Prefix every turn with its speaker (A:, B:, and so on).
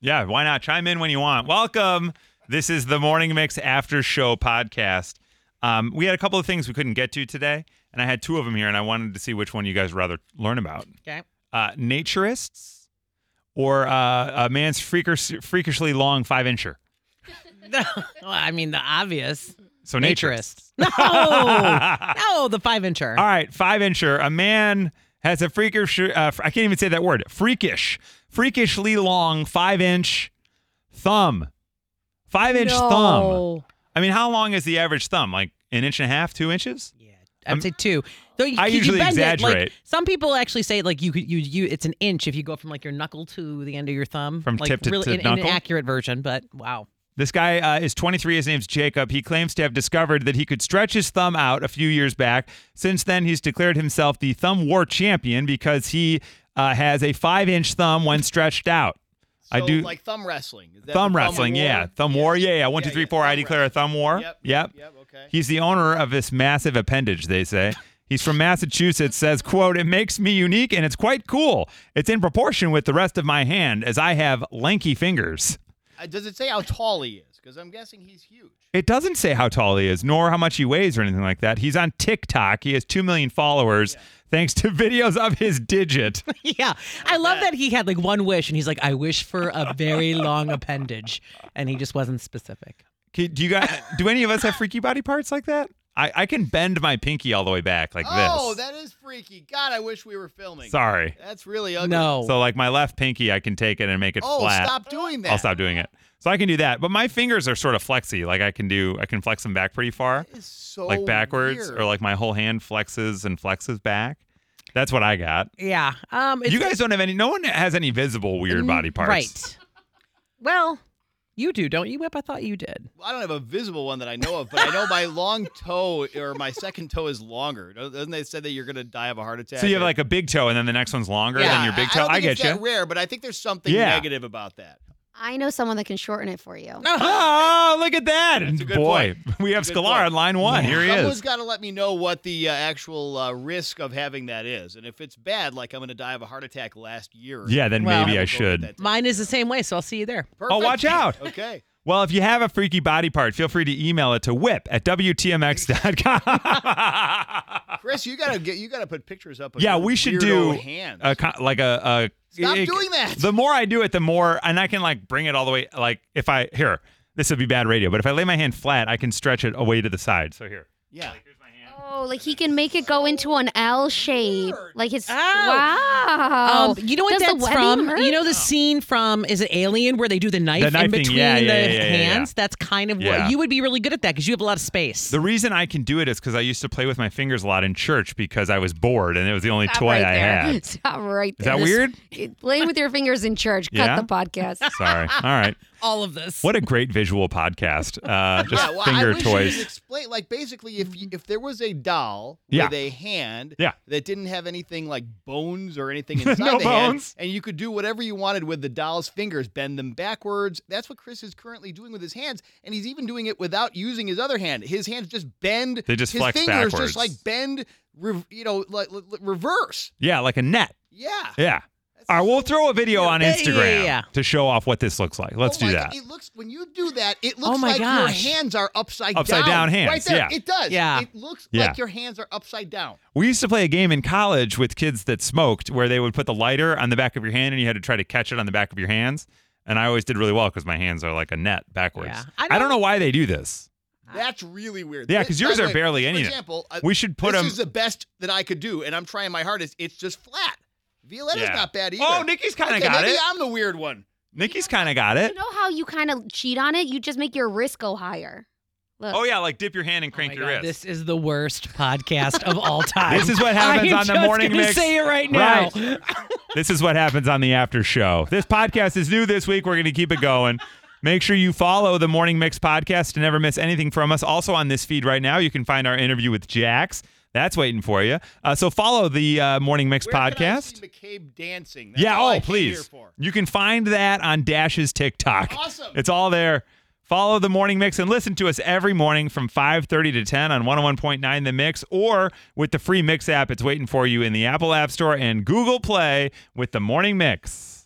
A: Yeah, why not? Chime in when you want. Welcome. This is the Morning Mix After Show podcast. Um, we had a couple of things we couldn't get to today, and I had two of them here, and I wanted to see which one you guys would rather learn about.
B: Okay.
A: Uh, naturists or uh, a man's freakish, freakishly long five incher.
B: well, I mean, the obvious.
A: So
B: Naturist.
A: naturist.
B: No, no, the five incher.
A: All right, five incher. A man has a freakish, uh, I can't even say that word, freakish, freakishly long five inch thumb. Five inch thumb.
B: No.
A: I mean, how long is the average thumb? Like an inch and a half, two inches?
B: Yeah, I'd say two. Though you,
A: Um, I
B: you
A: usually
B: bend it, like,
A: exaggerate.
B: some people actually say like you could you you it's an inch if you go from like your knuckle to the end of your thumb.
A: From
B: like,
A: tip to-
B: really
A: to
B: an, an
A: knuckle?
B: accurate version, but wow.
A: This guy uh, is 23. His name's Jacob. He claims to have discovered that he could stretch his thumb out a few years back. Since then, he's declared himself the thumb war champion because he uh, has a five inch thumb when stretched out. I
C: So,
A: do-
C: like thumb wrestling. Is that
A: Thumb
C: the
A: wrestling,
C: war?
A: yeah. Thumb war, yeah, yeah. One, two,
C: Yeah,
A: three,
C: yeah,
A: four. I
C: thumb
A: declare a thumb war.
C: Yep, yep, okay.
A: He's the owner of this massive appendage, they say. He's from Massachusetts, says, quote, it makes me unique and it's quite cool. It's in proportion with the rest of my hand as I have lanky fingers.
C: Uh, Does it say how tall he is? Because I'm guessing he's huge.
A: It doesn't say how tall he is, nor how much he weighs or anything like that. He's on TikTok. He has 2 million followers thanks to videos of his digit.
B: Yeah, I love that he had like one wish, and he's like, "I wish for a very long appendage," and he just wasn't specific.
A: Okay, Do you guys do any of us have freaky body parts like that? I, I can bend my pinky all the way back like this.
C: Oh, that is freaky. God, I wish we were filming.
A: Sorry.
C: That's really ugly.
B: No,
A: So like my left pinky, I can take it and make it
C: Oh,
A: flat.
C: stop doing that.
A: I'll stop doing it. So I can do that. But my fingers are sort of flexy. Like I can do I can flex them back pretty far.
C: It's so
A: like backwards
C: weird.
A: or like my whole hand flexes and flexes back. That's what I got.
B: yeah. Um, it's,
A: you guys don't have any no one has any visible weird
C: Mm,
A: body parts.
B: right? Well, you do, don't you, Whip? I thought you did.
C: I don't have a visible one that I know of, but I know my long toe or my second toe is longer. Doesn't they say that you're gonna die of a heart attack?
A: So you have
C: or-
A: like a big toe and then the next one's longer
C: yeah,
A: than your big toe.
C: I,
A: I,
C: don't think
A: get
C: it's
A: you.
C: That rare, but I think there's something
A: Yeah.
C: negative about that.
D: I know someone that can shorten it for you.
A: Oh, look at that.
C: That's a good
A: Boy,
C: point.
A: we have
C: That's a good
A: Scalar
C: point.
A: on line one. Here he
C: Someone's
A: is.
C: got to let me know what the uh, actual uh, risk of having that is, and if it's bad, like I'm going to die of a heart attack last year. or
A: Yeah, then
C: something,
B: Well-
A: maybe I
C: will go
A: should.
C: get that.
B: Mine is the same way, so I'll see you there.
A: Oh, watch out.
C: Okay.
A: Well, if you have a freaky body part, feel free to email it to whip at WTMX.com.
C: Chris, you gotta get you gotta put pictures up. Of
A: yeah,
C: your
A: we should
C: weirdo
A: do
C: hands.
A: a, co- like a. a
C: Stop doing that.
A: The more I do it, the more, and I can like bring it all the way. Like if I, here, this would be bad radio, but if I lay my hand flat, I can stretch it away to the side. So here.
C: yeah.
D: Oh, like he can make it go into an L shape. Like his
B: Oh.
D: wow.
B: Um, you know what
D: Does the
B: that's
D: webbing
B: from?
D: hurt?
B: You know the scene from is it Alien where they do the knife,
A: knife
B: in
A: thing.
B: between
A: Oh. Yeah,
B: the
A: yeah, yeah, yeah, yeah.
B: hands? That's kind of
A: Yeah.
B: what you would be really good at that because you have a lot of space.
A: The reason I can do it is because I used to play with my fingers a lot in church because I was bored and it was the only
D: Stop
A: toy
D: right
A: I
D: there.
A: had.
D: Stop right
A: Is
D: there.
A: that weird?
D: It- Playing with your fingers in church. Cut
A: Yeah?
D: the podcast.
A: Sorry. All right.
B: All of this.
A: What a great visual podcast. Uh, just
C: yeah, well, I
A: finger
C: wish You could
A: toys.
C: explain, like basically, if you, if there was a doll
A: Yeah.
C: with a hand
A: Yeah.
C: that didn't have anything like bones or anything inside
A: No
C: the
A: bones.
C: hand, and you could do whatever you wanted with the doll's fingers, bend them backwards. That's what Chris is currently doing with his hands, and he's even doing it without using his other hand. His hands just bend.
A: They just
C: his
A: flex
C: fingers
A: backwards.
C: just like bend, re- you know, like l- l- reverse.
A: Yeah, like a net.
C: Yeah.
A: Yeah. All right, we'll throw a video on
B: Yeah, yeah,
A: Instagram
B: yeah, yeah.
A: to show off what this looks like. Let's do
C: Oh my
A: that.
C: God, It looks when you do that, it looks
B: Oh my
C: like
B: gosh.
C: your hands are upside down.
A: Upside down hands,
C: Right there.
A: yeah.
C: It does.
B: Yeah.
C: It looks
A: Yeah.
C: like your hands are upside down.
A: We used to play a game in college with kids that smoked where they would put the lighter on the back of your hand and you had to try to catch it on the back of your hands. And I always did really well because my hands are like a net backwards.
B: Yeah.
A: I,
B: I
A: don't,
B: don't-
A: know why they do this.
C: That's really weird.
A: Yeah,
C: This-
A: 'cause yours
C: by the
A: are barely
C: for
A: anything.
C: example, uh,
A: We should put
C: this
A: them.
C: is the best that I could do, and I'm trying my hardest. It's just flat. Violetta's
A: Yeah.
C: not bad either.
A: oh, Nikki's kind of
C: okay,
A: got
C: maybe
A: it.
C: I'm the weird one.
A: Nikki's kind of got it.
D: You know how you kind of cheat on it? You just make your wrist go higher. Look.
A: Oh yeah, like dip your hand and crank
B: Oh my
A: your
B: God,
A: wrist.
B: This is the worst podcast of all time.
A: This is what happens
B: I am
A: on the
B: just
A: morning
B: gonna
A: mix.
B: Say it right now.
A: Right. This is what happens on the after show. This podcast is new this week. We're going to keep it going. Make sure you follow the Morning Mix podcast to never miss anything from us. Also on this feed right now, you can find our interview with Jax. That's waiting for you. Uh, so follow the uh, Morning Mix
C: Where Can I
A: podcast.
C: see McCabe dancing. That's
A: Yeah.
C: all I
A: Oh,
C: came Here
A: please.
C: for.
A: You can find that on Dash's TikTok.
C: Awesome.
A: It's all there. Follow the Morning Mix and listen to us every morning from 5:30 to 10 on 101.9 The Mix or with the free Mix app. It's waiting for you in the Apple App Store and Google Play with the Morning Mix.